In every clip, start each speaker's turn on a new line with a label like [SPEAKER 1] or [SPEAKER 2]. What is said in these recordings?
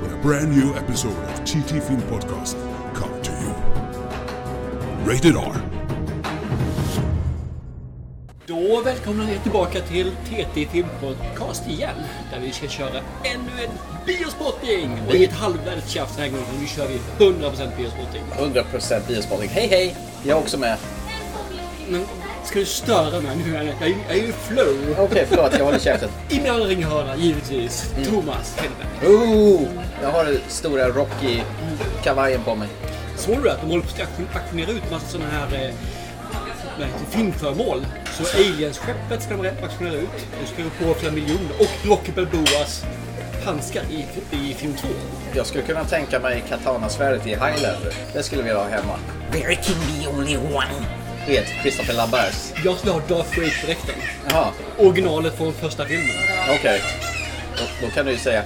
[SPEAKER 1] when a brand new episode of TT Film Podcast come to you. Rated R.
[SPEAKER 2] Då välkomnar ni tillbaka till TT Filmpodcast igen. Där vi ska köra ännu en biospotting! Och inget halvvärdigt tjafs den här gången. utan Nu kör vi 100% biospotting.
[SPEAKER 3] 100% biospotting. Hej hej! Jag är också med.
[SPEAKER 2] Men ska du störa mig nu eller? Jag är ju- jag är ju i flow.
[SPEAKER 3] Okej, förlåt. Jag håller käften.
[SPEAKER 2] I min andra ringhörna givetvis. Thomas Hellberg.
[SPEAKER 3] Ooh, Oh! jag har den stora Rocky-kavajen på mig.
[SPEAKER 2] Såg du att de håller på att auktion- auktionera ut massa sådana här eh, vad heter det, filmföremål? Så Aliens-skeppet ska de auktionera ut. Det ska ju på flera miljoner. Och Rocky Balboas handskar i, i film 2.
[SPEAKER 3] Jag skulle kunna tänka mig katanasvärdet i Highlander. Det skulle vi ha hemma. There can be only one. Du vet, Christopher Lambers.
[SPEAKER 2] Jag skulle ha Darth Vader-dräkten.
[SPEAKER 3] Jaha,
[SPEAKER 2] Originalet från första filmen.
[SPEAKER 3] okej. Då, då kan du ju säga...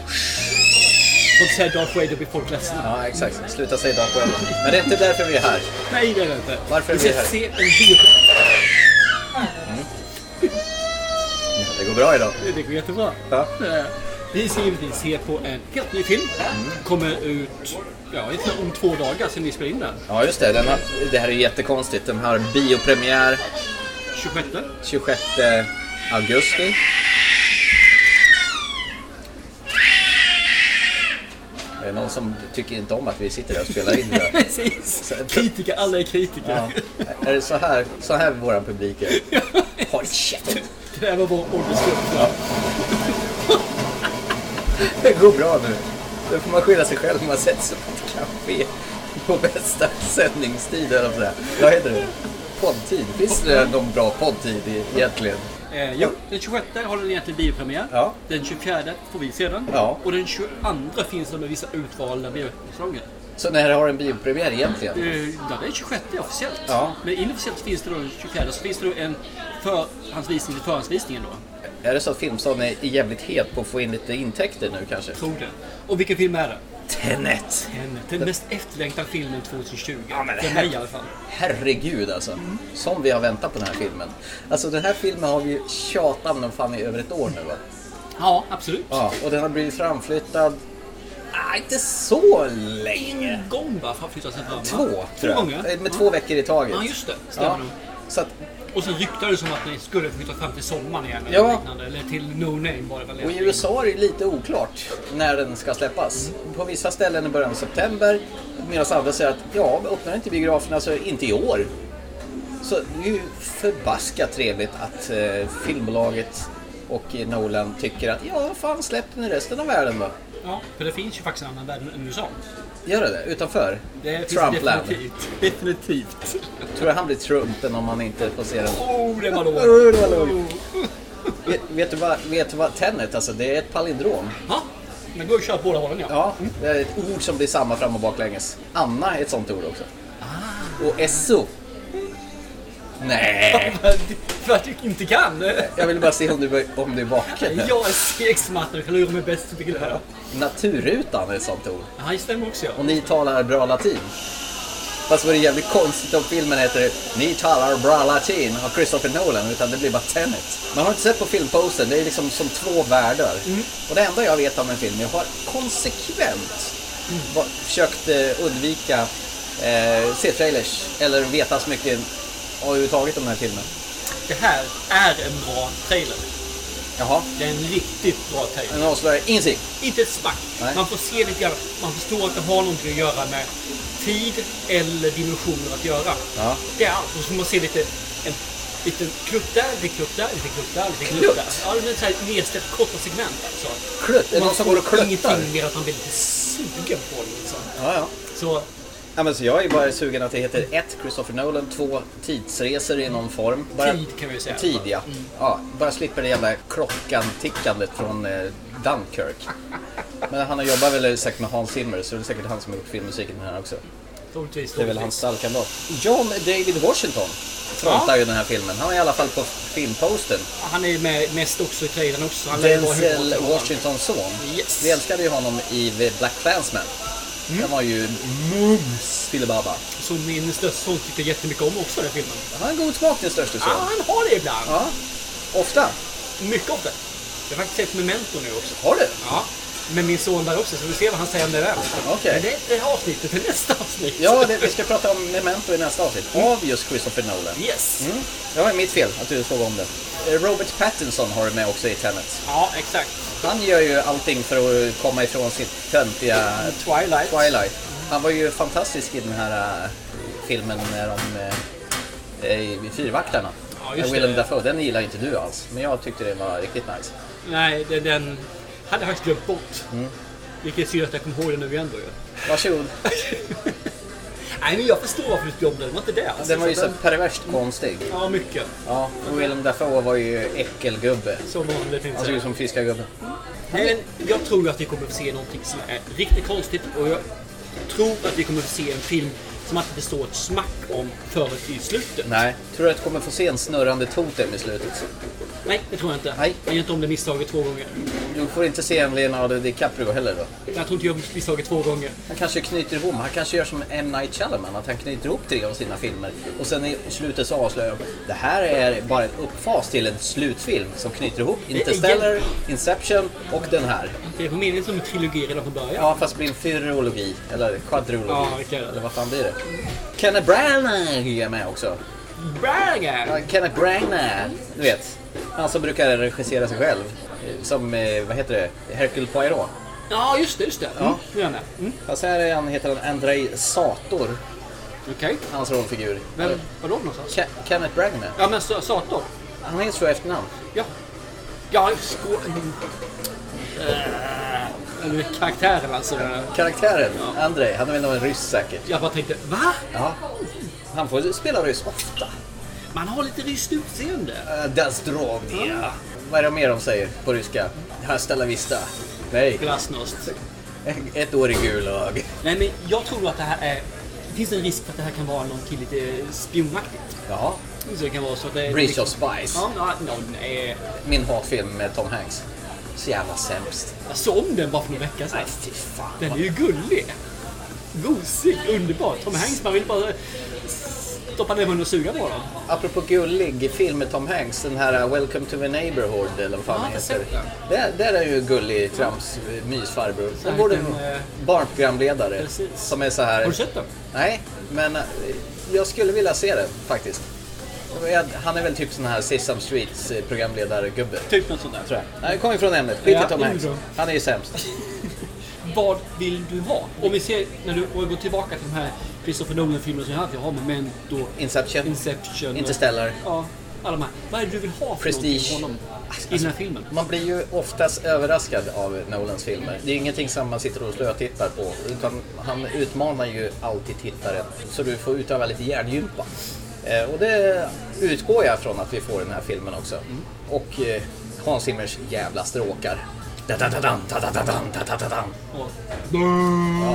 [SPEAKER 2] Får inte säga Darth Vader, då blir folk ledsna.
[SPEAKER 3] Ja, exakt. Sluta säga Dark Web. Men det är inte därför vi är här.
[SPEAKER 2] Nej, det är det inte.
[SPEAKER 3] Varför är
[SPEAKER 2] vi
[SPEAKER 3] vi
[SPEAKER 2] ska
[SPEAKER 3] här?
[SPEAKER 2] se en bio...
[SPEAKER 3] Det går bra idag.
[SPEAKER 2] Det går jättebra.
[SPEAKER 3] Ja.
[SPEAKER 2] Eh, Vi ska givetvis se på en helt ny film. Kommer ut ja, ungefär om två dagar sen vi spelar in den.
[SPEAKER 3] Ja, just det. Den har, det här är jättekonstigt. Den har biopremiär
[SPEAKER 2] 26.
[SPEAKER 3] 26 augusti. Det är någon som tycker inte om att vi sitter där och spelar in det.
[SPEAKER 2] Precis. Kritiker, alla är
[SPEAKER 3] Ja.
[SPEAKER 2] kritiker.
[SPEAKER 3] Är det så här, så här vår publik är? Håll käften!
[SPEAKER 2] Det där var vår åldersgrupp.
[SPEAKER 3] Det går bra nu. Då får man skylla sig själv om man sätter sig på ett café på bästa sändningstid, eller så här. Vad heter det? Poddtid? Finns det någon bra poddtid i- egentligen?
[SPEAKER 2] Eh, jo, den 26 har den egentligen biopremiär.
[SPEAKER 3] Ja.
[SPEAKER 2] Den 24 får vi se den.
[SPEAKER 3] Ja.
[SPEAKER 2] Och den 22 finns den med vissa utvalda biosalonger.
[SPEAKER 3] Så när har den biopremiär egentligen?
[SPEAKER 2] Eh, Ja, det är 26 officiellt.
[SPEAKER 3] Ja.
[SPEAKER 2] Men inofficiellt finns det då den 24 så finns det då en förhandsvisning till förhandsvisningen då.
[SPEAKER 3] Är det så att Filmstaden är jävligt het på att få in lite intäkter nu kanske?
[SPEAKER 2] Tror det. Och vilken film är det?
[SPEAKER 3] Tenet!
[SPEAKER 2] Tenet. Den mest efterlängtade filmen 2020.
[SPEAKER 3] Ja, men det
[SPEAKER 2] För
[SPEAKER 3] här-
[SPEAKER 2] mig i alla fall.
[SPEAKER 3] Herregud alltså. Som vi har väntat på den här filmen. Alltså den här filmen har vi ju tjatat om fan i över ett år nu va?
[SPEAKER 2] Ja, absolut.
[SPEAKER 3] Ja. Och den har blivit framflyttad... Ah, inte så länge.
[SPEAKER 2] En gång bara framflyttat sig fram. va?
[SPEAKER 3] Två,
[SPEAKER 2] Två
[SPEAKER 3] tror jag.
[SPEAKER 2] gånger.
[SPEAKER 3] Eh, Med två veckor i taget.
[SPEAKER 2] Ja, just det. Stämmer nog.
[SPEAKER 3] Så att,
[SPEAKER 2] Och sen ryktades det som att ni skulle flytta fram till sommaren igen. Eller,
[SPEAKER 3] Ja.
[SPEAKER 2] något liknande. eller till No Name var det väl.
[SPEAKER 3] och i
[SPEAKER 2] egentligen.
[SPEAKER 3] USA är det lite oklart när den ska släppas. På vissa ställen i början av september. Medan andra säger att ja, öppnar inte biograferna så inte i år. Så det är ju förbaskat trevligt att eh, filmbolaget och eh, Nolan tycker att ja, fan släpp den i resten av världen då.
[SPEAKER 2] Ja, för det finns ju faktiskt en annan värld än USA.
[SPEAKER 3] Gör det det? Utanför?
[SPEAKER 2] Det finns
[SPEAKER 3] Trumpland.
[SPEAKER 2] definitivt. Definitivt.
[SPEAKER 3] Tror du han blir Trumpen om han inte får se den?
[SPEAKER 2] Oh, det var lågt.
[SPEAKER 3] Oh, det var lågt. Vet, vet, du vad, vet du vad Tenet, alltså det är ett palindrom.
[SPEAKER 2] Ja, men då kör jag båda hållen ja.
[SPEAKER 3] Ja, det är ett ord som blir samma fram och baklänges. Anna är ett sånt ord också. Och esso. Nej,
[SPEAKER 2] För att du inte kan?
[SPEAKER 3] jag ville bara se om du, om du är vaken.
[SPEAKER 2] Jag är segsmattare och kan lura mig bäst du vill höra.
[SPEAKER 3] Naturrutan är ett sånt ord.
[SPEAKER 2] Ja, det stämmer också ja.
[SPEAKER 3] Och ni talar bra latin. Fast vore det jävligt konstigt om filmen heter Ni talar bra latin av Christopher Nolan, utan det blir bara Tenet. Man har inte sett på filmposten, det är liksom som två världar. Och det enda jag vet om en film, jag har konsekvent va- försökt eh, undvika eh, se trailers eller veta så mycket överhuvudtaget om den här filmen.
[SPEAKER 2] Det här är en bra trailer.
[SPEAKER 3] Jaha,
[SPEAKER 2] Det är en riktigt bra trailer.
[SPEAKER 3] den avslöjar ingenting.
[SPEAKER 2] Inte ett smack.
[SPEAKER 3] Nej.
[SPEAKER 2] Man får se lite grann. Man förstår att det har någonting att göra med tid eller dimensioner att göra.
[SPEAKER 3] Ja.
[SPEAKER 2] Det är allt. Och så får man se lite en liten klutt där, lite klutt där, lite klutt där, lite klutt där.
[SPEAKER 3] Klutt?
[SPEAKER 2] Ja, det är så här nedsläppt korta segment alltså.
[SPEAKER 3] Klutt, är det någon som går och kluttar?
[SPEAKER 2] ingenting mer att man blir lite sugen på det liksom.
[SPEAKER 3] Ja, ja.
[SPEAKER 2] Så
[SPEAKER 3] Ja, men så jag är bara sugen att det heter ett Christopher Nolan, två tidsresor i någon form. Bara...
[SPEAKER 2] tid kan vi säga. Mm.
[SPEAKER 3] Tid ja. ja. Bara slipper det jävla klockan-tickandet från eh, Dunkirk. Men han har jobbat väl säkert med Hans Zimmer så det är säkert han som har gjort filmmusiken till den här också.
[SPEAKER 2] Troligtvis.
[SPEAKER 3] Det är väl
[SPEAKER 2] troligtvis.
[SPEAKER 3] hans stallkamrat. John David Washington frontar ju den här filmen. Han är i alla fall på filmposten.
[SPEAKER 2] Han är med mest också i trailern också. Han lär vara
[SPEAKER 3] Denzel
[SPEAKER 2] huvudrollen.
[SPEAKER 3] Washingtons son.
[SPEAKER 2] Yes. Mm.
[SPEAKER 3] Vi älskade ju honom i The Black Clansman. Den var ju mums filibabba.
[SPEAKER 2] Som min största son tyckte jättemycket om också den här filmen.
[SPEAKER 3] Han har god smak den största
[SPEAKER 2] Ja,
[SPEAKER 3] son.
[SPEAKER 2] han har det ibland.
[SPEAKER 3] Ja. Ofta.
[SPEAKER 2] Mycket av det. Jag har faktiskt sett Memento nu också.
[SPEAKER 3] Har du?
[SPEAKER 2] Ja. Med min son där också, så vi ser vad han säger om det där.
[SPEAKER 3] Okej.
[SPEAKER 2] Men det är inte det här avsnittet, det är nästa avsnitt.
[SPEAKER 3] Ja, det, vi ska prata om Memento i nästa avsnitt.
[SPEAKER 2] Mm.
[SPEAKER 3] Av just Christopher Nolan.
[SPEAKER 2] Yes.
[SPEAKER 3] Mm. Det var mitt fel att du frågade om det. Eh, Robert Pattinson har du med också i Tenet.
[SPEAKER 2] Ja, exakt.
[SPEAKER 3] Han gör ju allting för att komma ifrån sitt töntiga
[SPEAKER 2] Twilight.
[SPEAKER 3] Eh, Twilight. Han var ju fantastisk i den här eh, filmen med de eh, eh, fyrvaktarna.
[SPEAKER 2] Ja,
[SPEAKER 3] med
[SPEAKER 2] just
[SPEAKER 3] Willem
[SPEAKER 2] det.
[SPEAKER 3] Dafoe. Den gillar inte du alls, men jag tyckte den var riktigt nice.
[SPEAKER 2] Nej, den, den hade jag faktiskt glömt bort.
[SPEAKER 3] Mm.
[SPEAKER 2] Vilket är synd att jag kom ihåg den nu igen då ju.
[SPEAKER 3] Varsågod.
[SPEAKER 2] Alltså, Nej, men jag förstår varför du tyckte om den. Det var inte det alltså.
[SPEAKER 3] Den var ju
[SPEAKER 2] Så
[SPEAKER 3] så perverst konstig.
[SPEAKER 2] Ja, mycket.
[SPEAKER 3] Ja, och Willem Dafoe var ju äckelgubbe.
[SPEAKER 2] Som vanligt finns
[SPEAKER 3] Han såg
[SPEAKER 2] det.
[SPEAKER 3] ut som fiskargubben.
[SPEAKER 2] Nej, men jag tror att vi kommer att se någonting som är riktigt konstigt och jag tror att vi kommer att se en film som att det står ett smack om förut i slutet.
[SPEAKER 3] Nej. Tror du att du kommer få se en snurrande totem i slutet?
[SPEAKER 2] Nej, det tror jag inte.
[SPEAKER 3] Nej.
[SPEAKER 2] Jag gör inte om det misstaget två gånger.
[SPEAKER 3] Du får inte se en Leonardo DiCaprio heller då.
[SPEAKER 2] Jag tror inte jag gör misstaget två gånger.
[SPEAKER 3] Han kanske knyter ihop, han kanske gör som M. Night Shyamalan, att han knyter ihop tre av sina filmer och sen i slutet så avslöjar de det här är bara en uppfas till en slutfilm som knyter ihop Interstellar, Inception och den här.
[SPEAKER 2] Det är på meningen som en trilogi redan från början.
[SPEAKER 3] Ja, fast det blir en fyrologi, eller kvadrologi,
[SPEAKER 2] Ja, det kan det.
[SPEAKER 3] eller vad fan blir det? Kenneth Branagh är med också. Ja,
[SPEAKER 2] Brangar!
[SPEAKER 3] Kenneth Branagh, du vet. Han som brukar regissera sig själv. eh, Som, eh, vad heter det, Hercule Poirot.
[SPEAKER 2] Ja, just det, just det. Mm, det gör han det. Mm.
[SPEAKER 3] Fast här är han, heter han Andrei Sator,
[SPEAKER 2] Okej.
[SPEAKER 3] hans rollfigur.
[SPEAKER 2] Vem var de någonstans?
[SPEAKER 3] Ke- Kenneth Branagh.
[SPEAKER 2] Ja, men Sa- Sator.
[SPEAKER 3] Han heter så i efternamn.
[SPEAKER 2] Ja. Ja, skå... Äh, eller karaktären alltså.
[SPEAKER 3] Karaktären, Andrei, han är väl någon ryss säkert.
[SPEAKER 2] Jag bara tänkte, va?
[SPEAKER 3] Ja. Han får spela ryss ofta.
[SPEAKER 2] Man har lite ryskt utseende.
[SPEAKER 3] Uh, das Drovnia. Vad är det mer de säger på ryska? Hasta la vista. Nej,
[SPEAKER 2] Glasnost.
[SPEAKER 3] ett år i Gulag.
[SPEAKER 2] Nej, men jag tror att det här är... Det finns en risk för att det här kan vara någonting lite eh, spionaktigt.
[SPEAKER 3] Ja.
[SPEAKER 2] Så det kan vara så att det...
[SPEAKER 3] Bridge of Spies.
[SPEAKER 2] Ja, ja, ja, nej.
[SPEAKER 3] Min hatfilm med Tom Hanks. Så jävla sämst.
[SPEAKER 2] Jag såg om den bara för några veckor sedan.
[SPEAKER 3] Nej, fy fan.
[SPEAKER 2] Den är ju gullig. Gosig, underbar. Tom Hanks, man vill bara stoppa ner munnen och suga på dem.
[SPEAKER 3] Apropå gullig film med Tom Hanks, den här uh, Welcome to the Neighborhood eller vad fan
[SPEAKER 2] Ja, jag
[SPEAKER 3] den
[SPEAKER 2] har
[SPEAKER 3] heter.
[SPEAKER 2] sett den.
[SPEAKER 3] Där, där är ju gullig trams eh, mysfarbror. Hon
[SPEAKER 2] här
[SPEAKER 3] borde
[SPEAKER 2] kan,
[SPEAKER 3] vara
[SPEAKER 2] eh,
[SPEAKER 3] barnprogramledare.
[SPEAKER 2] precis.
[SPEAKER 3] Som är så här.
[SPEAKER 2] Har du sett den?
[SPEAKER 3] Nej, men eh, jag skulle vilja se den faktiskt. Jag- Han är väl typ sån här Sesame Streets eh, programledargubbe.
[SPEAKER 2] Typ något sånt där.
[SPEAKER 3] Tror jag. Nej, det kommer från ämnet. Skit i
[SPEAKER 2] Ja,
[SPEAKER 3] Tom
[SPEAKER 2] jo
[SPEAKER 3] Hanks.
[SPEAKER 2] då.
[SPEAKER 3] Han är ju sämst.
[SPEAKER 2] Vad vill du ha? Om vi ser, när du om vi går tillbaka till de här Christopher Nolan-filmerna som jag har haft. Jag har Memento,
[SPEAKER 3] Inception.
[SPEAKER 2] Inception. och-
[SPEAKER 3] Interstellar.
[SPEAKER 2] Ja, alla de här. Vad är det du vill ha för
[SPEAKER 3] Prestige. Alltså,
[SPEAKER 2] någonting av honom i den här filmen?
[SPEAKER 3] Man blir ju oftast överraskad av Nolans filmer. Det är ingenting som man sitter och slötittar på. Utan han utmanar ju alltid tittaren. Så du får utöva lite hjärngympa. Eh, och det utgår jag från att vi får i den här filmen också. Och eh, Hans Zimmers jävla stråkar. Da-da-da-dan, da-da-da-dan, da-da-da-dan.
[SPEAKER 2] Och,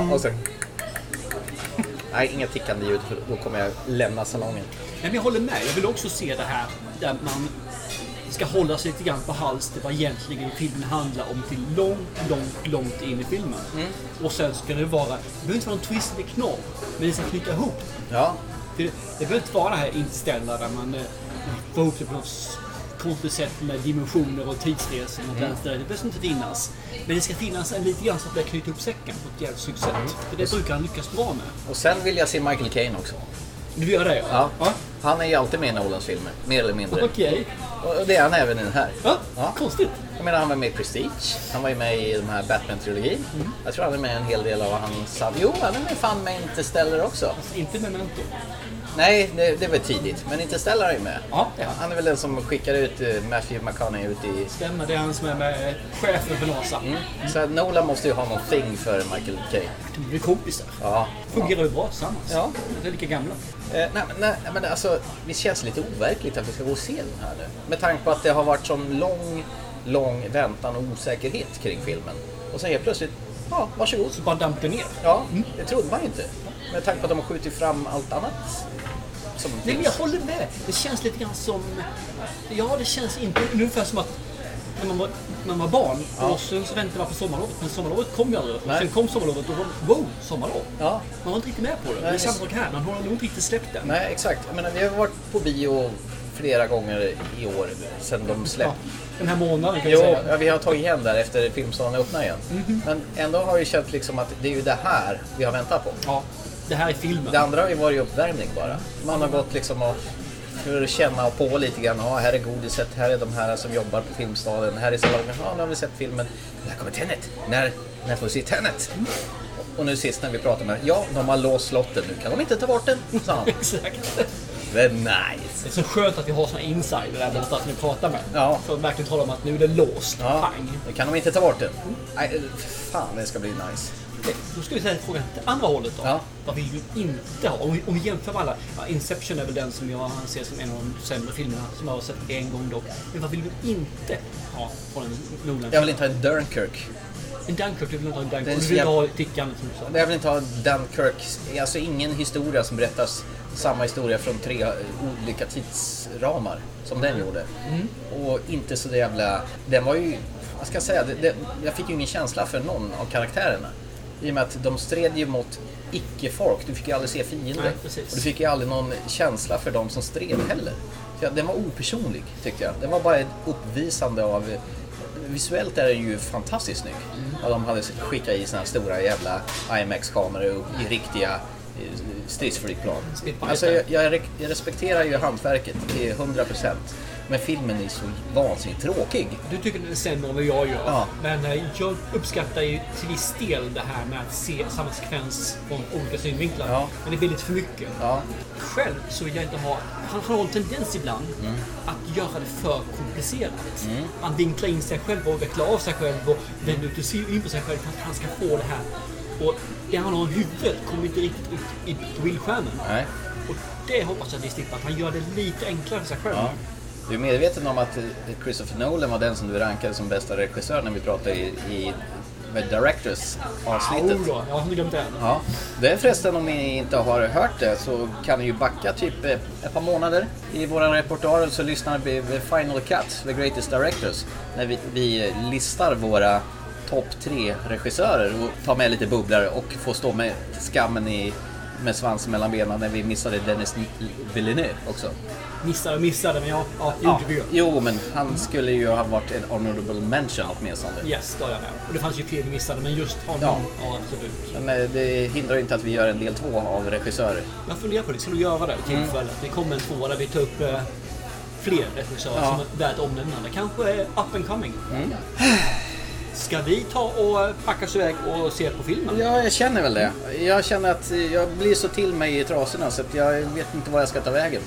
[SPEAKER 3] Ja, och sen... Nej, inga tickande ljud för då kommer jag lämna salongen.
[SPEAKER 2] Nej, men jag håller med. Jag vill också se det här där man ska hålla sig lite grann på hals till vad egentligen filmen handlar om till långt, långt, långt in i filmen.
[SPEAKER 3] Mm.
[SPEAKER 2] Och sen ska det vara, det behöver inte vara någon twist eller knorr, men det ska klicka ihop.
[SPEAKER 3] Ja,
[SPEAKER 2] För det, det behöver inte vara det här inställda där man eh, får ihop det på något s- konstigt sätt med dimensioner och tidsresor.
[SPEAKER 3] Mm.
[SPEAKER 2] och allt det där. Det behövs inte finnas. Men det ska finnas en lite grann så att det knyter ihop säcken på ett jävligt snyggt sätt.
[SPEAKER 3] Mm.
[SPEAKER 2] För det brukar han lyckas bra med.
[SPEAKER 3] och sen vill jag se Michael Caine också.
[SPEAKER 2] Du gör det?
[SPEAKER 3] Ja. Han är ju alltid med i Nolans filmer, mer eller mindre.
[SPEAKER 2] Okej.
[SPEAKER 3] Och det är han även i den här.
[SPEAKER 2] Ja,
[SPEAKER 3] Ja.
[SPEAKER 2] konstigt.
[SPEAKER 3] Jag menar, han var med i Prestige, han var ju med i den här Batman-trilogin.
[SPEAKER 2] Mm.
[SPEAKER 3] Jag tror han är med i en hel del av hans... Jo, han är med fan med i Interstellar också.
[SPEAKER 2] Inte Memento.
[SPEAKER 3] Nej, det, det var tidigt, men Interstellar är ju med.
[SPEAKER 2] Ja, det är han.
[SPEAKER 3] Han är väl den som skickar ut eh, Matthew McConaughey ut i...
[SPEAKER 2] Stämmer, det är han som är med chefen för NASA. Mm.
[SPEAKER 3] Så att Nolan måste ju ha någonting för Michael Caine.
[SPEAKER 2] De blir kompisar.
[SPEAKER 3] Ja.
[SPEAKER 2] Fungerar ju bra tillsammans.
[SPEAKER 3] Ja.
[SPEAKER 2] De är lika gamla.
[SPEAKER 3] Eh, nej, men- nej, men alltså, det känns lite overkligt att vi ska gå och se den här nu. Med tanke på att det har varit sån lång, lång väntan och osäkerhet kring filmen. Och sen helt plötsligt ja, varsågod.
[SPEAKER 2] Så bara damp det ner.
[SPEAKER 3] Ja, det trodde man ju inte. Med tanke på att de har skjutit fram allt annat som
[SPEAKER 2] Nej, men jag
[SPEAKER 3] finns.
[SPEAKER 2] håller med. Det känns lite grann som... Ja, det känns inte ungefär som att när man var, när man var barn och sen så väntade man på sommarlovet. Men sommarlovet kom ju aldrig. Och
[SPEAKER 3] Nej.
[SPEAKER 2] sen kom sommarlovet och då, wow, sommarlov.
[SPEAKER 3] Ja.
[SPEAKER 2] Man var inte riktigt med på det.
[SPEAKER 3] Nej,
[SPEAKER 2] det är samma
[SPEAKER 3] visst.
[SPEAKER 2] sak här. Man har nog inte riktigt släppt den.
[SPEAKER 3] Nej, exakt. Jag menar, vi har varit på bio flera gånger i år sedan de
[SPEAKER 2] Ja,
[SPEAKER 3] släppte.
[SPEAKER 2] den här månaden kan jag
[SPEAKER 3] Jo,
[SPEAKER 2] säga.
[SPEAKER 3] ja, vi har tagit igen där efter filmsalen öppnade igen.
[SPEAKER 2] Mhm.
[SPEAKER 3] Men ändå har det känts liksom att det är ju det här vi har väntat på.
[SPEAKER 2] Ja, det här är filmen.
[SPEAKER 3] Det andra har ju varit uppvärmning bara. Man har gått liksom och för att känna och på lite grann. Ja, här är godiset, här är de här som jobbar på Filmstaden, här är salongen. Ja, nu har vi sett filmen. När kommer Tenet? När, när får vi se Tenet? Och nu sist när vi pratade med ja, de har låst slotten nu. Kan de inte ta bort den? Sa han.
[SPEAKER 2] Exakt.
[SPEAKER 3] Very nice.
[SPEAKER 2] Det är så skönt att vi har såna insider där borta som vi pratar med.
[SPEAKER 3] Ja.
[SPEAKER 2] För att verkligen tala om att nu är det låst.
[SPEAKER 3] Ja,
[SPEAKER 2] Pang.
[SPEAKER 3] nu kan de inte ta bort den. Nej, fan det ska bli nice.
[SPEAKER 2] Då ska vi ställa frågan till andra hållet då.
[SPEAKER 3] Ja.
[SPEAKER 2] Vad vill vi inte ha? Om vi, om vi jämför med alla. Ja, Inception är väl den som jag anser som en av de sämre filmerna som jag har sett en gång dock. Men vad vill vi inte ha från en Nolan?
[SPEAKER 3] Jag vill inte ha en Dunkirk.
[SPEAKER 2] En Dunkirk, du vill inte ha en
[SPEAKER 3] Den
[SPEAKER 2] Dunkirk. Du
[SPEAKER 3] är så
[SPEAKER 2] vill inte
[SPEAKER 3] jävla-
[SPEAKER 2] ha Dickan som du sa.
[SPEAKER 3] Jag vill inte ha en Dunkirk, alltså ingen historia som berättas samma historia från tre olika tidsramar som den gjorde.
[SPEAKER 2] Mm.
[SPEAKER 3] Och inte så jävla, den var ju, vad ska jag säga, det, det, jag fick ju ingen känsla för någon av karaktärerna. I och med att de stred ju mot icke-folk, du fick ju aldrig se fiender.
[SPEAKER 2] Nej, precis.
[SPEAKER 3] Och du fick ju aldrig någon känsla för de som stred heller. Så jag- den var opersonlig tyckte jag. Den var bara ett uppvisande av Visuellt är den ju fantastiskt snygg. Ja, de hade skickat i såna här stora jävla IMX-kameror och i riktiga eh, stridsflygplan.
[SPEAKER 2] Stridsflygplan.
[SPEAKER 3] Alltså, jag, jag re- jag respekterar ju hantverket till 100% men filmen är så vansinnigt tråkig.
[SPEAKER 2] Du tycker den är sämre än vad jag gör.
[SPEAKER 3] Ja.
[SPEAKER 2] Men eh, jag uppskattar ju till viss del det här med att se samma sekvens från olika synvinklar.
[SPEAKER 3] Ja.
[SPEAKER 2] Men det blir lite för mycket.
[SPEAKER 3] Ja,
[SPEAKER 2] Själv så vill jag inte ha... Han har en tendens ibland
[SPEAKER 3] Mm.
[SPEAKER 2] att göra det för komplicerat. Han vinklar in sig själv och vecklar av sig själv och vänder ut och ser in på sig själv för att han ska få det här. Och det han har i huvudet kommer inte riktigt ut i- på bildskärmen.
[SPEAKER 3] nej.
[SPEAKER 2] Och det hoppas jag att vi slipper, att han gör det lite enklare för sig själv.
[SPEAKER 3] Ja. Du är medveten om att eh, Christopher Nolan var den som du rankade som bästa regissör när vi pratade i, i med Directors avsnittet.
[SPEAKER 2] Au då, jag har inte glömt det än.
[SPEAKER 3] Ja, det är förresten om ni inte har hört det så kan ni ju backa typ eh, ett par månader i våran reportage så lyssnar vi The Final Cut, The Greatest Directors, när vi, vi listar våra topp tre regissörer och tar med lite bubblare och får stå med skammen i, med svansen mellan benen när vi missade Dennis Villeneuve också.
[SPEAKER 2] Missade och missade, men ja, ja, det gjorde vi ju.
[SPEAKER 3] Jo, men han skulle ju ha varit en honorable mention åtminstone.
[SPEAKER 2] Yes, det har jag med. Och det fanns ju fler vi missade, men just honom,
[SPEAKER 3] Ja.
[SPEAKER 2] ja. absolut.
[SPEAKER 3] Men eh, det hindrar ju inte att vi gör en del två av regissörer.
[SPEAKER 2] Jag funderar på det, ska du göra
[SPEAKER 3] Mm.
[SPEAKER 2] det vid tillfället? Det kommer en tvåa där vi tar upp eh, fler regissörer
[SPEAKER 3] Ja.
[SPEAKER 2] som är värt omnämnande. Kanske eh, up and coming. Ska vi ta och eh, packa oss iväg och se på filmen?
[SPEAKER 3] Ja, jag känner väl det. Jag känner att jag blir så till mig i trasorna så att jag vet inte vad jag ska ta vägen.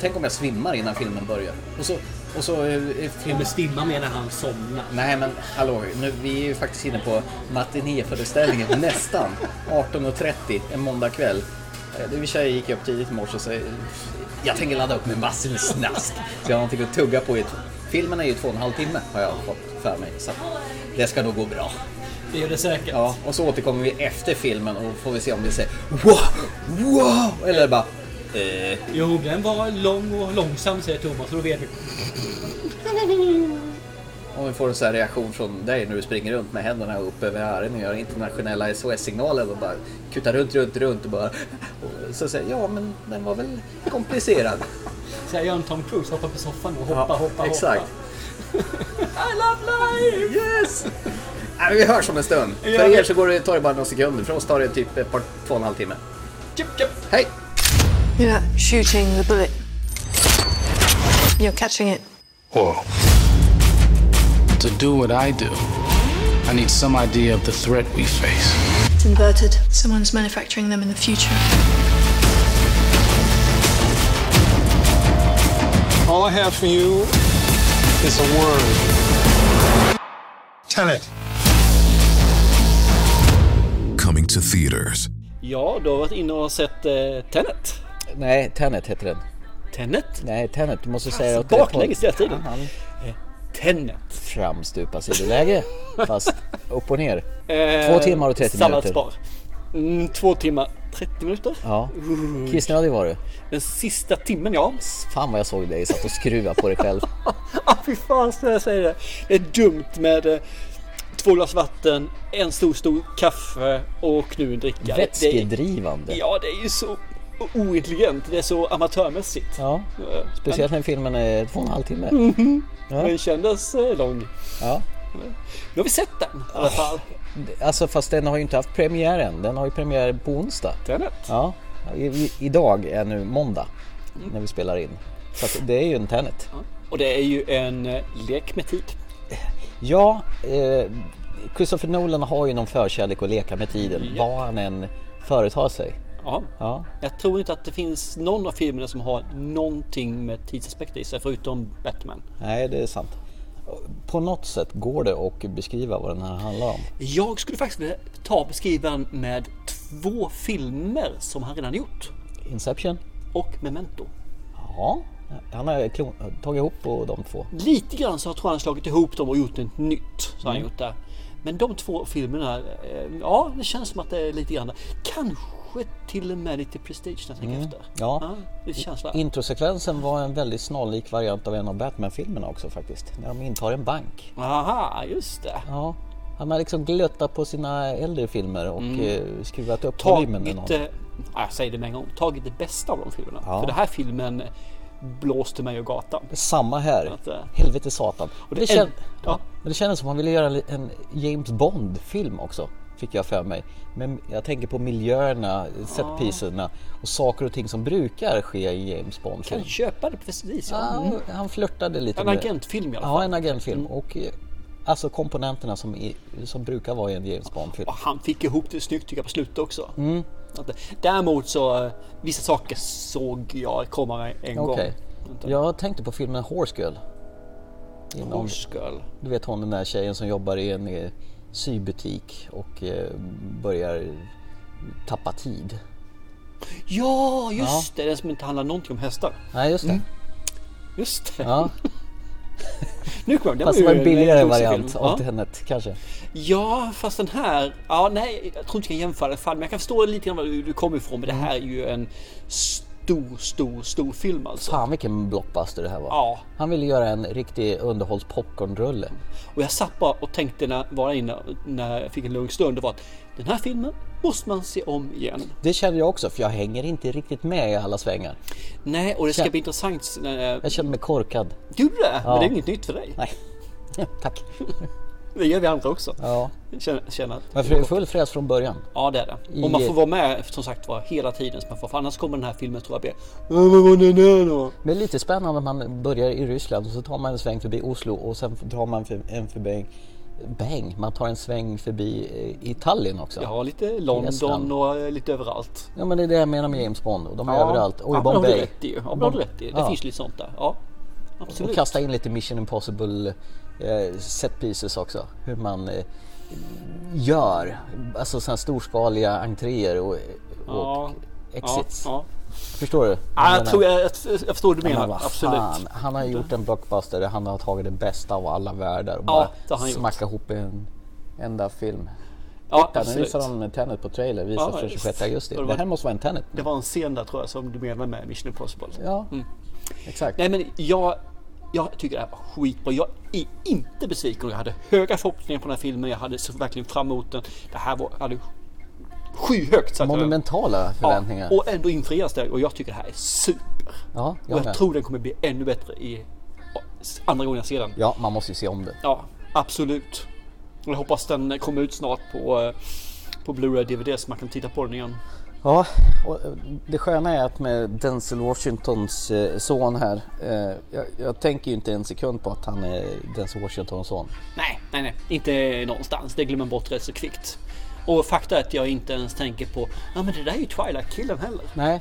[SPEAKER 3] Tänk om jag svimmar innan filmen börjar. Och så... Och så eh, eh, film...
[SPEAKER 2] Filmen stimmar med när han somnar.
[SPEAKER 3] Nej men hallå, nu, vi är ju faktiskt inne på matinéföreställningen nästan. 18.30 en måndag kväll. Eh, Det vill säga, jag gick upp tidigt i morse så eh, jag tänker ladda upp med massor med snask. Så jag har någonting att tugga på. i ett- Filmen är ju två och en halv timme har jag fått för mig. Så att det ska nog gå bra.
[SPEAKER 2] Det gör det säkert.
[SPEAKER 3] Ja, och så återkommer vi efter filmen och får vi se om vi säger wow, wow, eller bara eh,
[SPEAKER 2] Jo, den var lång och långsam säger Thomas, och då vet vi.
[SPEAKER 3] om vi får en sån här reaktion från dig när du springer runt med händerna upp över öronen och gör internationella SOS-signalen och bara kutar runt, runt, runt och bara och så säger jag, ja men den var väl komplicerad.
[SPEAKER 2] Så här gör en Tom Cruise, hoppar på soffan och hoppa,
[SPEAKER 3] Ja,
[SPEAKER 2] hoppa,
[SPEAKER 3] exakt.
[SPEAKER 2] hoppa. I love life!
[SPEAKER 3] Yes! Nej, men vi hörs om en stund.
[SPEAKER 2] Ja.
[SPEAKER 3] För er så går det, tar det bara några sekunder, för oss tar det typ ett par, två och en halv timme.
[SPEAKER 2] Chip, chip.
[SPEAKER 3] Hej!
[SPEAKER 4] You're not shooting the bullet. You're catching it.
[SPEAKER 1] Whoa.
[SPEAKER 5] To do what I do, I need some idea of the threat we face.
[SPEAKER 4] It's inverted. Someone's manufacturing them in the future.
[SPEAKER 6] All I have for you is a word. Tell it.
[SPEAKER 7] Coming to theaters.
[SPEAKER 2] Ja, du har varit inne och sett eh, Tenet.
[SPEAKER 3] Nej, Tenet heter den.
[SPEAKER 2] Tenet?
[SPEAKER 3] Nej, Tenet. Du måste säga
[SPEAKER 2] Alltså, åt rätt håll. baklänges hela tiden. Tenet.
[SPEAKER 8] Framstupa sidoläge, fast upp och ner.
[SPEAKER 2] Eh,
[SPEAKER 8] Två timmar och 30 minuter.
[SPEAKER 2] Salladsbar. Mm, två timmar 30 minuter.
[SPEAKER 8] Ja. Kissnödig var du.
[SPEAKER 2] Den sista timmen ja.
[SPEAKER 8] Fan vad jag såg dig satt och skruva på dig själv.
[SPEAKER 2] Ah, fy fan så jag säger det. Det är dumt med eh, två glas vatten, en stor stor kaffe och nu en dricka. Det,
[SPEAKER 8] Vätskedrivande.
[SPEAKER 2] det, ja, det är ju så o- ointelligent. Det är så amatörmässigt. Eh,
[SPEAKER 8] Ja, speciellt när filmen är två och en halv timme.
[SPEAKER 2] Men den kändes eh, lång.
[SPEAKER 8] Ja.
[SPEAKER 2] Nu har vi sett den i alla fall.
[SPEAKER 8] Alltså fast den har ju inte haft premiär än. Den har ju premiär på onsdag.
[SPEAKER 2] Tenet.
[SPEAKER 8] Ja, i, i, idag är nu måndag när vi spelar in. Så att det är ju en Tenet.
[SPEAKER 2] Och det är ju en eh, lek med tid.
[SPEAKER 8] Ja, eh, Christopher Nolan har ju någon förkärlek att leka med tiden. Vad han än företar sig.
[SPEAKER 2] Ja.
[SPEAKER 8] Ja,
[SPEAKER 2] Jag tror inte att det finns någon av filmerna som har någonting med tidsaspekter i sig förutom Batman.
[SPEAKER 8] nej det är sant. På något sätt går det att beskriva vad den här handlar om.
[SPEAKER 2] Jag skulle faktiskt vilja ta beskrivaren med två filmer som han redan gjort.
[SPEAKER 8] Inception?
[SPEAKER 2] Och Memento.
[SPEAKER 8] Ja, han har klon- tagit ihop på de två.
[SPEAKER 2] Lite grann så tror jag han slagit ihop dem och gjort ett nytt. Så har han
[SPEAKER 8] Mm.
[SPEAKER 2] gjort där. Men de två filmerna, eh, ja det känns som att det är lite grann Kanske till och med lite prestige när jag tänker efter.
[SPEAKER 8] Mm. ja.
[SPEAKER 2] det är känsla.
[SPEAKER 8] Introsekvensen var en väldigt snarlik variant av en av Batman-filmerna också faktiskt. När de intar en bank.
[SPEAKER 2] Aha, just det.
[SPEAKER 8] Ja, han har liksom glöttat på sina äldre filmer och eh, skruvat upp volymen med någon.
[SPEAKER 2] Mm. Tagit, eh, ja, jag säger det med en gång, tagit det bästa av de filmerna.
[SPEAKER 8] Ja.
[SPEAKER 2] För den här filmen blåste mig och gatan.
[SPEAKER 8] Samma här.
[SPEAKER 2] Att, eh,
[SPEAKER 8] Helvete satan. Och det,
[SPEAKER 2] det-
[SPEAKER 8] kän...
[SPEAKER 2] en-
[SPEAKER 8] ja.
[SPEAKER 2] ja.
[SPEAKER 8] Men det kändes som han ville göra en- en James Bond-film också. Fick jag för mig. Men jag tänker på miljöerna, setpiecerna och saker och ting som brukar ske i James Bond-film.
[SPEAKER 2] Kan köpa det precis. Ja.
[SPEAKER 8] Ja, och han flörtade lite
[SPEAKER 2] En
[SPEAKER 8] med-
[SPEAKER 2] agentfilm i alla
[SPEAKER 8] Ja,
[SPEAKER 2] fall. Mm.
[SPEAKER 8] en agentfilm. Och eh, alltså komponenterna som, i, som brukar vara i en James Bond-film.
[SPEAKER 2] Och han fick ihop det snyggt tycker jag på slutet också.
[SPEAKER 8] Mm.
[SPEAKER 2] Att det- Däremot så, eh, vissa saker såg jag komma en
[SPEAKER 8] Okej.
[SPEAKER 2] gång.
[SPEAKER 8] Jag tänkte på filmen Horse Girl. Inom,
[SPEAKER 2] Horse Girl.
[SPEAKER 8] Du vet hon den där tjejen som jobbar i en eh, sybutik och eh, börjar tappa tid.
[SPEAKER 2] Ja, just det. Den som inte handlar någonting om hästar.
[SPEAKER 8] Nej, just det.
[SPEAKER 2] Just det.
[SPEAKER 8] Ja,
[SPEAKER 2] Nu kom jag.
[SPEAKER 8] fast det var
[SPEAKER 2] ju
[SPEAKER 8] en billigare
[SPEAKER 2] konstig
[SPEAKER 8] variant
[SPEAKER 2] film.
[SPEAKER 8] av
[SPEAKER 2] Ja.
[SPEAKER 8] Tenet kanske.
[SPEAKER 2] Ja, fast den här... Ja, nej, jag tror inte jag kan jämföra det fall, men jag kan förstå lite grann var du du kommer ifrån. Men det här är ju en stor, stor, stor film alltså.
[SPEAKER 8] Fan vilken blockbuster det här var.
[SPEAKER 2] Ja.
[SPEAKER 8] Han ville göra en riktig underhållspopcornrulle.
[SPEAKER 2] Och jag satt bara och tänkte när jag var inne, när jag fick en lugn stund, det var att den här filmen måste man se om igen.
[SPEAKER 8] Det känner jag också för jag hänger inte riktigt med i alla svängar.
[SPEAKER 2] Nej, och det ska
[SPEAKER 8] Kän-
[SPEAKER 2] bli intressant. eh,
[SPEAKER 8] Jag känner mig korkad.
[SPEAKER 2] Gjorde du det? Men det är inget nytt för dig.
[SPEAKER 8] Nej, tack.
[SPEAKER 2] Det gör vi andra också.
[SPEAKER 8] Ja.
[SPEAKER 2] Känner, känner att-
[SPEAKER 8] Varför är det full fräs från början?
[SPEAKER 2] Ja det är det. Och man
[SPEAKER 8] I-
[SPEAKER 2] får vara med som sagt var hela tiden. Så man får, för annars kommer den här filmen tror jag bli... "Ja, men vad är det nu då?"
[SPEAKER 8] Men lite spännande om man börjar i Ryssland och så tar man en sväng förbi Oslo och sen drar man för- en förbi... Bang! Man tar en sväng förbi eh, Italien också.
[SPEAKER 2] Ja, lite
[SPEAKER 8] Estland.
[SPEAKER 2] London och eh, lite överallt.
[SPEAKER 8] Ja, men det är det jag menar med James Bond. Och de är
[SPEAKER 2] Ja.
[SPEAKER 8] överallt. Och i
[SPEAKER 2] ja, men det har du
[SPEAKER 8] Bombay.
[SPEAKER 2] rätt i. Ja, men det har du rätt i. Det
[SPEAKER 8] Ja.
[SPEAKER 2] finns lite sånt där. Ja, absolut.
[SPEAKER 8] Och kasta in lite Mission Impossible eh, set pieces också. Hur man eh, gör. Alltså sådana storskaliga entréer och, och
[SPEAKER 2] Ja.
[SPEAKER 8] exits.
[SPEAKER 2] Ja,
[SPEAKER 8] Förstår du?
[SPEAKER 2] ja. jag
[SPEAKER 8] menar?
[SPEAKER 2] tror jag, jag, jag förstår vad du
[SPEAKER 8] Men
[SPEAKER 2] menar.
[SPEAKER 8] vad
[SPEAKER 2] absolut.
[SPEAKER 8] fan, han har gjort en blockbuster där han har tagit det bästa av alla världar och
[SPEAKER 2] Ja, det
[SPEAKER 8] bara
[SPEAKER 2] har han gjort.
[SPEAKER 8] smackat ihop i en enda film.
[SPEAKER 2] Ja,
[SPEAKER 8] Där, nu
[SPEAKER 2] absolut.
[SPEAKER 8] visar de Tenet på trailer, visas
[SPEAKER 2] Ja,
[SPEAKER 8] för 26 augusti.
[SPEAKER 2] det var-
[SPEAKER 8] Det här måste vara en Tenet.
[SPEAKER 2] Det var en scen där tror jag som du menar med Mission Impossible.
[SPEAKER 8] Ja, exakt.
[SPEAKER 2] Mm. Nej men jag, jag tycker det här var skitbra. Jag är inte besviken. Jag hade höga förhoppningar på den här filmen. Jag hade så verkligen fram emot den. Det här var, jag hade skyhögt satt jag.
[SPEAKER 8] Monumentala förväntningar.
[SPEAKER 2] Ja, och ändå infrias det. Och jag tycker det här är super.
[SPEAKER 8] Ja, jag
[SPEAKER 2] och jag
[SPEAKER 8] med.
[SPEAKER 2] tror den kommer bli ännu bättre i andra gången jag ser den.
[SPEAKER 8] Ja, man måste ju se om det.
[SPEAKER 2] Ja, absolut. Och jag hoppas den kommer ut snart på, eh, på Blu-ray DVD så man kan titta på den igen.
[SPEAKER 8] Ja, och eh, det sköna är att med Denzel Washingtons eh, son här, eh, jag, jag tänker ju inte en sekund på att han är Denzel Washingtons son.
[SPEAKER 2] Nej, nej, nej. Inte någonstans. Det glömmer man bort rätt så kvickt. Och fakta är att jag inte ens tänker på, ja men det där är ju Twilight-killen heller.
[SPEAKER 8] Nej,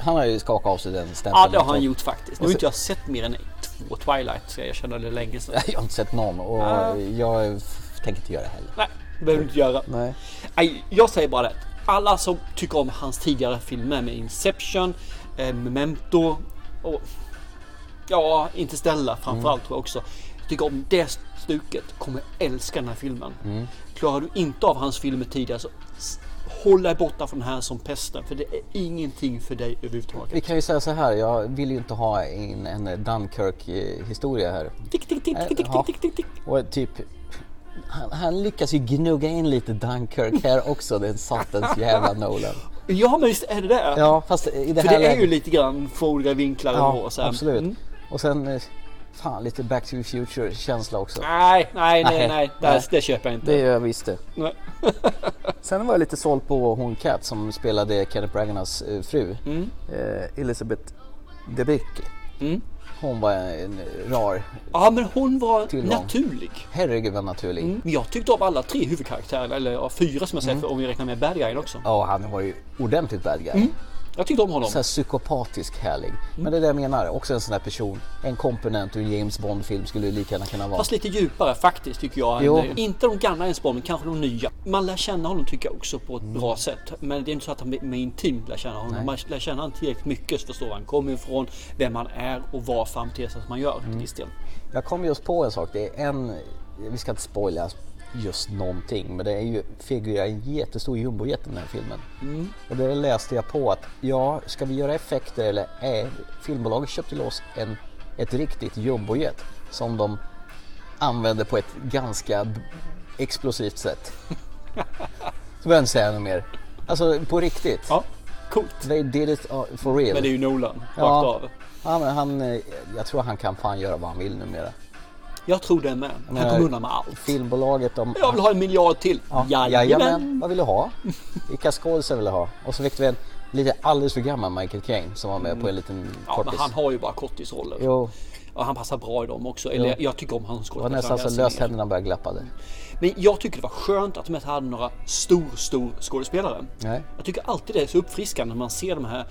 [SPEAKER 8] han har ju skakat av sig den stämpeln.
[SPEAKER 2] Ja, det har han gjort faktiskt. Nu har
[SPEAKER 8] så-
[SPEAKER 2] inte jag sett mer än två Twilight, ska jag känna det länge sedan.
[SPEAKER 8] Jag har inte sett någon och
[SPEAKER 2] Ah.
[SPEAKER 8] jag f- tänker inte göra det heller.
[SPEAKER 2] Nej, det behöver du inte göra.
[SPEAKER 8] Nej.
[SPEAKER 2] Nej, jag säger bara det. Alla som tycker om hans tidigare filmer med Inception, eh, Memento och ja, Interstellar framförallt tror jag också. tycker om det stuket kommer älska den här filmen.
[SPEAKER 8] Mm.
[SPEAKER 2] Klarar du inte av hans filmer tidigare så s- håll dig borta från den här som pesten. För det är ingenting för dig
[SPEAKER 8] Vi
[SPEAKER 2] överhuvudtaget.
[SPEAKER 8] kan ju säga så här, jag vill ju inte ha in en Dunkirk-historia här. Eh,
[SPEAKER 2] Tick, tick, tick, tick, tick,
[SPEAKER 8] Ja.
[SPEAKER 2] tick, tick, tick.
[SPEAKER 8] Och typ, han, han lyckas ju gnugga in lite Dunkirk här också, den satans jävla Nolan.
[SPEAKER 2] Ja, men visst är det det.
[SPEAKER 8] Ja, fast i det
[SPEAKER 2] För
[SPEAKER 8] här
[SPEAKER 2] det är ju
[SPEAKER 8] läget-
[SPEAKER 2] lite grann från olika vinklar
[SPEAKER 8] Ja,
[SPEAKER 2] och så här.
[SPEAKER 8] absolut.
[SPEAKER 2] Mm.
[SPEAKER 8] Och sen, eh, fan lite Back to the Future-känsla också.
[SPEAKER 2] Nej, nej, nej,
[SPEAKER 8] Nej,
[SPEAKER 2] nej. Det,
[SPEAKER 8] nej.
[SPEAKER 2] det köper jag inte.
[SPEAKER 8] Det gör jag visst det.
[SPEAKER 2] Nej.
[SPEAKER 8] Sen var jag lite såld på hon Kat som spelade Kenneth Branaghs eh, fru.
[SPEAKER 2] Mm.
[SPEAKER 8] Eh, Elizabeth Debicki. Hon var en rar,
[SPEAKER 2] Ja, men hon var
[SPEAKER 8] Tillgång.
[SPEAKER 2] naturlig.
[SPEAKER 8] herregud vad naturlig.
[SPEAKER 2] Men jag tyckte om alla tre huvudkaraktärer, eller ja, fyra som jag sett om vi räknar med bad guyen också.
[SPEAKER 8] Mm. Ja, han var ju ordentligt bad guy.
[SPEAKER 2] Mm. Jag tyckte om honom.
[SPEAKER 8] Så här psykopatisk härlig.
[SPEAKER 2] Mm.
[SPEAKER 8] Men det är det jag menar, också en sån här person. En komponent ur en James Bond-film skulle det lika gärna kunna vara.
[SPEAKER 2] Fast lite djupare faktiskt tycker jag.
[SPEAKER 8] Jo.
[SPEAKER 2] än- Inte de gamla ens Bond, men kanske de nya. Man lär känna honom tycker jag också på ett
[SPEAKER 8] Mm.
[SPEAKER 2] bra sätt. Men det är inte så att han med intimt lär känna honom. Man lär känna honom tillräckligt mycket så förstår var han kommer ifrån, vem han är och varför han beter sig som han gör
[SPEAKER 8] Mm.
[SPEAKER 2] till viss del.
[SPEAKER 8] Jag kom just på en sak. Det är en, vi ska inte spoila just någonting, men det är ju figurerar en jättestor jumbojet i den här filmen.
[SPEAKER 2] Mm.
[SPEAKER 8] Och det läste jag på att, ja, ska vi göra effekter eller är filmbolaget köpte loss en, ett riktigt jumbojet som de använder på ett ganska b- explosivt sätt. Så behöver jag inte säga något mer. Alltså på riktigt.
[SPEAKER 2] Ja, coolt.
[SPEAKER 8] They did it uh, for real.
[SPEAKER 2] Men det är ju Nolan, rakt
[SPEAKER 8] Ja.
[SPEAKER 2] av.
[SPEAKER 8] Ja, men han, eh, jag tror han kan fan göra vad han vill numera.
[SPEAKER 2] Jag tror det med. Han
[SPEAKER 8] Nej.
[SPEAKER 2] kommer undan med allt.
[SPEAKER 8] Filmbolaget de...
[SPEAKER 2] Jag vill ha en miljard till.
[SPEAKER 8] Ja, Jajamän, vad vill du ha? Vilka skådisar vill du ha? Och så fick vi en lite alldeles för gammal Michael Caine som var med på en liten
[SPEAKER 2] Mm. Ja, men
[SPEAKER 8] kortis.
[SPEAKER 2] han har ju bara kortisroller.
[SPEAKER 8] Jo,
[SPEAKER 2] Och han passar bra i dem också. Eller jag tycker om hans
[SPEAKER 8] det var
[SPEAKER 2] skådespelare.
[SPEAKER 8] nästan så löständerna började glappa.
[SPEAKER 2] Mm.
[SPEAKER 8] där.
[SPEAKER 2] Men jag tycker det var skönt att de inte hade några stor, stor skådespelare.
[SPEAKER 8] Nej.
[SPEAKER 2] Jag tycker alltid det är så uppfriskande när man ser de här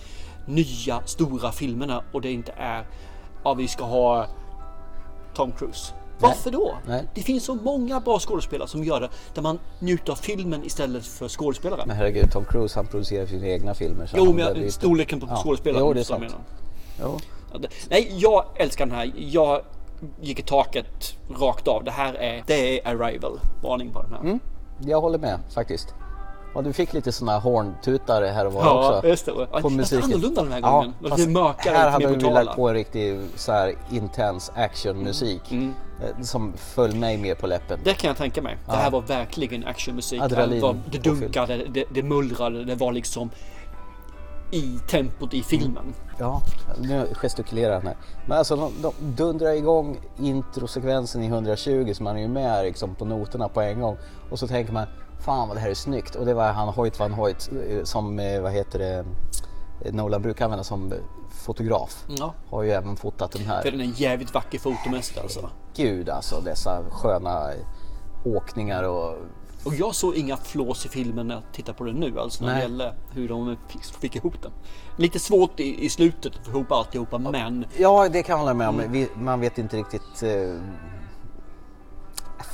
[SPEAKER 2] nya stora filmerna och det inte är ja, vi ska ha Tom Cruise. Varför då?
[SPEAKER 8] Nej.
[SPEAKER 2] Det finns så många bra skådespelare som gör det där man njuter av filmen istället för skådespelaren.
[SPEAKER 8] Men herregud, Tom Cruise han producerar sina egna filmer. Så
[SPEAKER 2] Jo,
[SPEAKER 8] han
[SPEAKER 2] men
[SPEAKER 8] behöver
[SPEAKER 2] jag,
[SPEAKER 8] inte-
[SPEAKER 2] storleken på
[SPEAKER 8] Ja,
[SPEAKER 2] skådespelaren.
[SPEAKER 8] Jo, det är
[SPEAKER 2] som jag
[SPEAKER 8] sant. Jo.
[SPEAKER 2] menar. Ja, det- Nej, jag älskar den här. Jag gick i taket rakt av. Det här är, det är Arrival. Varning på den här.
[SPEAKER 8] Mm. Jag håller med faktiskt. Och du fick lite sådana horntutare här och var
[SPEAKER 2] Ja,
[SPEAKER 8] också.
[SPEAKER 2] just det. Det var annorlunda den här gången. Det var
[SPEAKER 8] fast
[SPEAKER 2] lite mörkare,
[SPEAKER 8] här
[SPEAKER 2] lite
[SPEAKER 8] hade
[SPEAKER 2] mer
[SPEAKER 8] vi
[SPEAKER 2] brutala.
[SPEAKER 8] velat på en riktig så här intens actionmusik.
[SPEAKER 2] Mm.
[SPEAKER 8] eh, Som föll mig mer på läppen.
[SPEAKER 2] Det kan jag tänka mig. Det här var verkligen actionmusik.
[SPEAKER 8] Adrenalin
[SPEAKER 2] Det, var, det
[SPEAKER 8] påfylld.
[SPEAKER 2] dunkade, det, det mullrade, det var liksom i tempot i filmen.
[SPEAKER 8] Mm. Ja, nu gestikulerar han här. Men alltså de, de dundrar igång introsekvensen i 120 så man är ju med liksom, på noterna på en gång. Och så tänker man, fan vad det här är snyggt. Och det var han Hoyt van Hoyt eh, som, eh, vad heter det, eh, Nolan brukar använda som eh, fotograf.
[SPEAKER 2] Ja.
[SPEAKER 8] Har ju även fotat den
[SPEAKER 2] Mm. För
[SPEAKER 8] här.
[SPEAKER 2] den är en jävligt vacker fotomäst alltså.
[SPEAKER 8] Gud alltså, dessa sköna eh, åkningar och...
[SPEAKER 2] Och jag såg inga flås i filmen när jag tittar på den nu. Alltså när det
[SPEAKER 8] Nej.
[SPEAKER 2] gällde hur de fick- fick ihop den. Lite svårt i, i slutet att få ihop alltihopa men
[SPEAKER 8] Ja, det kan jag hålla med om.
[SPEAKER 2] Mm.
[SPEAKER 8] Vi, man vet inte riktigt... Eh...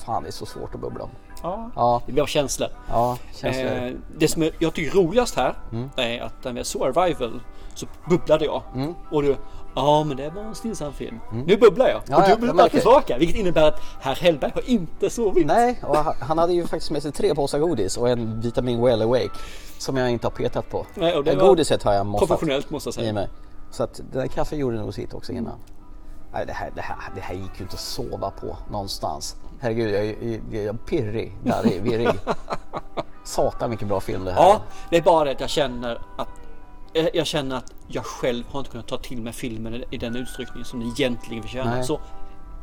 [SPEAKER 8] Fan, det är så svårt att bubbla om.
[SPEAKER 2] ja.
[SPEAKER 8] Ja,
[SPEAKER 2] vi har känslor.
[SPEAKER 8] ja känns det.
[SPEAKER 2] Eh, det som jag tycker är roligast här
[SPEAKER 8] Mm.
[SPEAKER 2] är att när jag såg Arrival så bubblade jag.
[SPEAKER 8] Mm.
[SPEAKER 2] Och du, ja men det var en stillsam film. Nu bubblar jag
[SPEAKER 8] Ja,
[SPEAKER 2] och
[SPEAKER 8] ja,
[SPEAKER 2] du
[SPEAKER 8] jag
[SPEAKER 2] bubblar
[SPEAKER 8] märker.
[SPEAKER 2] tillbaka. Vilket innebär att herr Hellberg har inte sovit.
[SPEAKER 8] Nej, och ha- han hade ju faktiskt med sig tre påsar godis och en vitamin well awake som jag inte har petat på.
[SPEAKER 2] Nej, och det
[SPEAKER 8] Men
[SPEAKER 2] var
[SPEAKER 8] godiset har jag moffat
[SPEAKER 2] Professionellt måste jag
[SPEAKER 8] i
[SPEAKER 2] säga.
[SPEAKER 8] mig. Så att den där kaffet gjorde nog sitt också innan. Nej, det, här, det, här, det här gick ju inte att sova på någonstans. Herregud, jag är jag är pirrig, darrig, virrig. Satan vilken bra film det här
[SPEAKER 2] Ja, det är bara det att jag känner att eh, jag känner att jag själv har inte kunnat ta till mig filmen i- i den utsträckning som den egentligen förtjänar.
[SPEAKER 8] Nej.
[SPEAKER 2] Så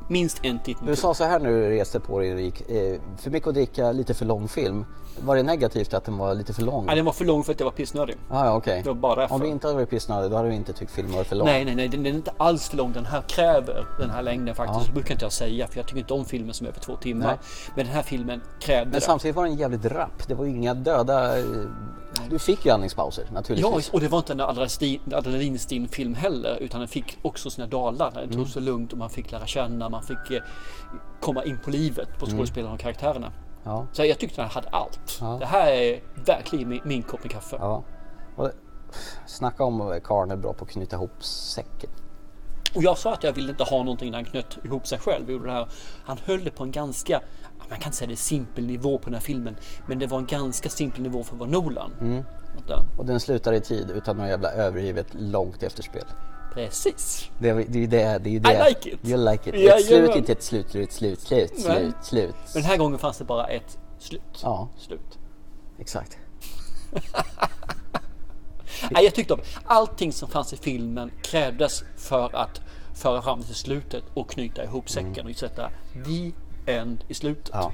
[SPEAKER 2] minst en titt.
[SPEAKER 8] Du sa så här när du reste på dig Erik, eh, för mycket att dricka, lite för lång film. Var det negativt att den var lite för lång?
[SPEAKER 2] Nej, den var för lång för att jag var pissnödig.
[SPEAKER 8] ah, ja, okej.
[SPEAKER 2] det var bara därför.
[SPEAKER 8] Om vi inte hade varit pissnödiga då hade vi inte tyckt filmen var för lång.
[SPEAKER 2] Nej, nej, nej, den är inte alls för lång. Den här kräver den här längden faktiskt. Det brukar inte jag säga för jag tycker inte om filmer som är över två timmar.
[SPEAKER 8] Nej.
[SPEAKER 2] Men den här filmen krävde
[SPEAKER 8] Men
[SPEAKER 2] det.
[SPEAKER 8] samtidigt var den jävligt rapp. Det var ju inga döda... eh, Du fick ju andningspauser
[SPEAKER 2] Ja,
[SPEAKER 8] naturligtvis.
[SPEAKER 2] och det var inte en adrenalin- adrenalinstinn film heller utan den fick också sina dalar. Den
[SPEAKER 8] Mm.
[SPEAKER 2] tog så lugnt och man fick lära känna, man fick eh, komma in på livet
[SPEAKER 8] Mm.
[SPEAKER 2] på skådespelarna och karaktärerna.
[SPEAKER 8] Ja.
[SPEAKER 2] Så jag tyckte den hade allt. Det här är verkligen min, min kopp med kaffe.
[SPEAKER 8] eh, Ja. Och det- Snacka om att karln är bra på att knyta ihop säcken.
[SPEAKER 2] Och jag sa att jag ville inte ha någonting när han knöt ihop sig själv. Gjorde det här. Han höll det på en ganska, man kan inte säga det är simpel nivå på den här filmen, men det var en ganska simpel nivå för att vara Nolan.
[SPEAKER 8] Mm.
[SPEAKER 2] Något där.
[SPEAKER 8] Och den slutar i tid utan något jävla övergivet långt efterspel.
[SPEAKER 2] Precis.
[SPEAKER 8] Det är det, är ju det, det, är ju det.
[SPEAKER 2] I like it.
[SPEAKER 8] You like it.
[SPEAKER 2] Jajamän.
[SPEAKER 8] Ett slut, inte ett slut, slut, slut, slut,
[SPEAKER 2] Nej.
[SPEAKER 8] slut, slut.
[SPEAKER 2] Men den här gången fanns det bara ett slut.
[SPEAKER 8] Ja,
[SPEAKER 2] Slut.
[SPEAKER 8] exakt.
[SPEAKER 2] Nej, jag tyckte om allting som fanns i filmen krävdes för att föra fram det till slutet och knyta ihop säcken och sätta the end i slutet.
[SPEAKER 8] Mm. Ja.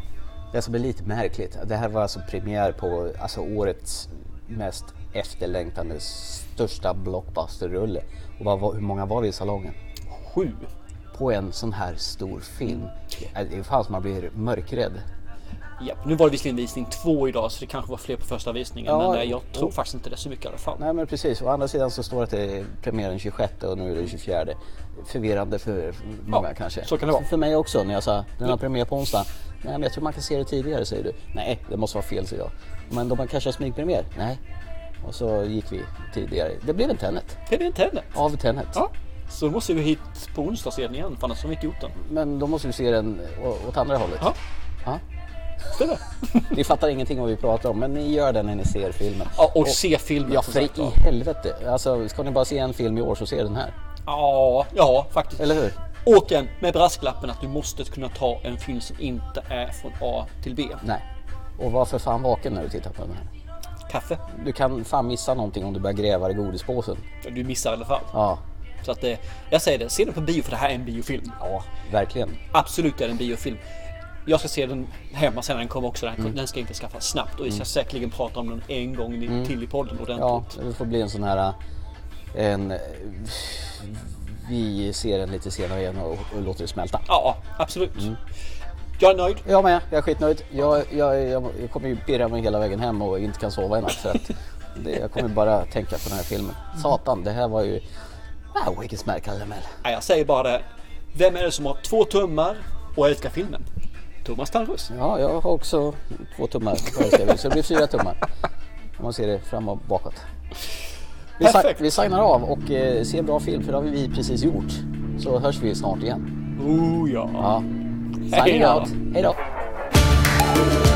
[SPEAKER 8] Det som är lite märkligt, det här var alltså premiär på alltså årets mest efterlängtande, största blockbusterrulle. Och vad, var- hur många var vi i salongen?
[SPEAKER 2] Sju.
[SPEAKER 8] På en sån här stor film. Det är fan som man blir mörkrädd.
[SPEAKER 2] Japp, nu var det visserligen visning två idag så det kanske var fler på första visningen
[SPEAKER 8] Ja,
[SPEAKER 2] men eh, jag tror
[SPEAKER 8] och-
[SPEAKER 2] faktiskt inte det så mycket i alla fall.
[SPEAKER 8] Nej men precis, å andra sidan så står det att det är premiär den 26 och nu är det 24. Förvirrande för många
[SPEAKER 2] Ja,
[SPEAKER 8] kanske.
[SPEAKER 2] så kan det vara.
[SPEAKER 8] För mig också när jag sa den har premiär på onsdag. Nej men jag tror man kan se det tidigare säger du. Nej det måste vara fel säger jag. Men de har kanske har smygpremiär? Nej. Och så gick vi tidigare. Det blev en Tenet.
[SPEAKER 2] Det är inte henne.
[SPEAKER 8] Av Tenet.
[SPEAKER 2] Ja. Så då måste vi hit på onsdag sedan igen för annars har vi inte gjort den.
[SPEAKER 8] Men då måste vi se den å- åt andra hållet.
[SPEAKER 2] Ja.
[SPEAKER 8] Ja.
[SPEAKER 2] Stämmer.
[SPEAKER 8] Ni fattar ingenting vad vi pratar om men ni gör det när ni ser filmen.
[SPEAKER 2] Ja, och, se filmen
[SPEAKER 8] Ja
[SPEAKER 2] som
[SPEAKER 8] för i
[SPEAKER 2] sagt var.
[SPEAKER 8] helvete. Alltså ska ni bara se en film i år så se den här.
[SPEAKER 2] Ja, ja faktiskt.
[SPEAKER 8] Eller hur?
[SPEAKER 2] Återigen med brasklappen att du måste kunna ta en film som inte är från A till B.
[SPEAKER 8] Nej. Och var för fan vaken när du tittar på den här.
[SPEAKER 2] Kaffe.
[SPEAKER 8] Du kan fan missa någonting om du börjar gräva i godispåsen.
[SPEAKER 2] Du missar i alla fall.
[SPEAKER 8] Ja,
[SPEAKER 2] Så att, eh, jag säger det, se den på bio för det här är en biofilm.
[SPEAKER 8] ja verkligen.
[SPEAKER 2] Absolut är det en biofilm. Jag ska se den hemma sen när den kommer också. Den,
[SPEAKER 8] Mm.
[SPEAKER 2] den ska inte skaffas snabbt och vi ska säkerligen prata om den en gång i- till i podden
[SPEAKER 8] Mm. Ja,
[SPEAKER 2] ordentligt.
[SPEAKER 8] det får bli en sån här... eh, En, vi ser den lite senare igen och, och låter det smälta.
[SPEAKER 2] Ja, absolut.
[SPEAKER 8] Mm.
[SPEAKER 2] Jag är nöjd.
[SPEAKER 8] Jag med, jag är skitnöjd. Jag, jag, jag, jag kommer ju pirra mig hela vägen hem och inte kan sova i natt. För att det, jag kommer bara tänka på den här filmen. Satan, det här var ju... Ah, Wow, vilken smällkaramell.
[SPEAKER 2] Nej, jag säger bara det. Vem är det som har två tummar och älskar filmen? Thomas Tarrus.
[SPEAKER 8] Ja, jag har också två tummar föreställer jag mig, så det blir fyra tummar. Om man ser det fram och bakåt. Vi, sa-
[SPEAKER 2] Perfekt.
[SPEAKER 8] vi signar av och eh, ser bra film för det har vi precis gjort. Så hörs vi snart igen.
[SPEAKER 2] Oh ja.
[SPEAKER 8] Ja.
[SPEAKER 2] Hej
[SPEAKER 8] Signing
[SPEAKER 2] då.
[SPEAKER 8] out. Hej då.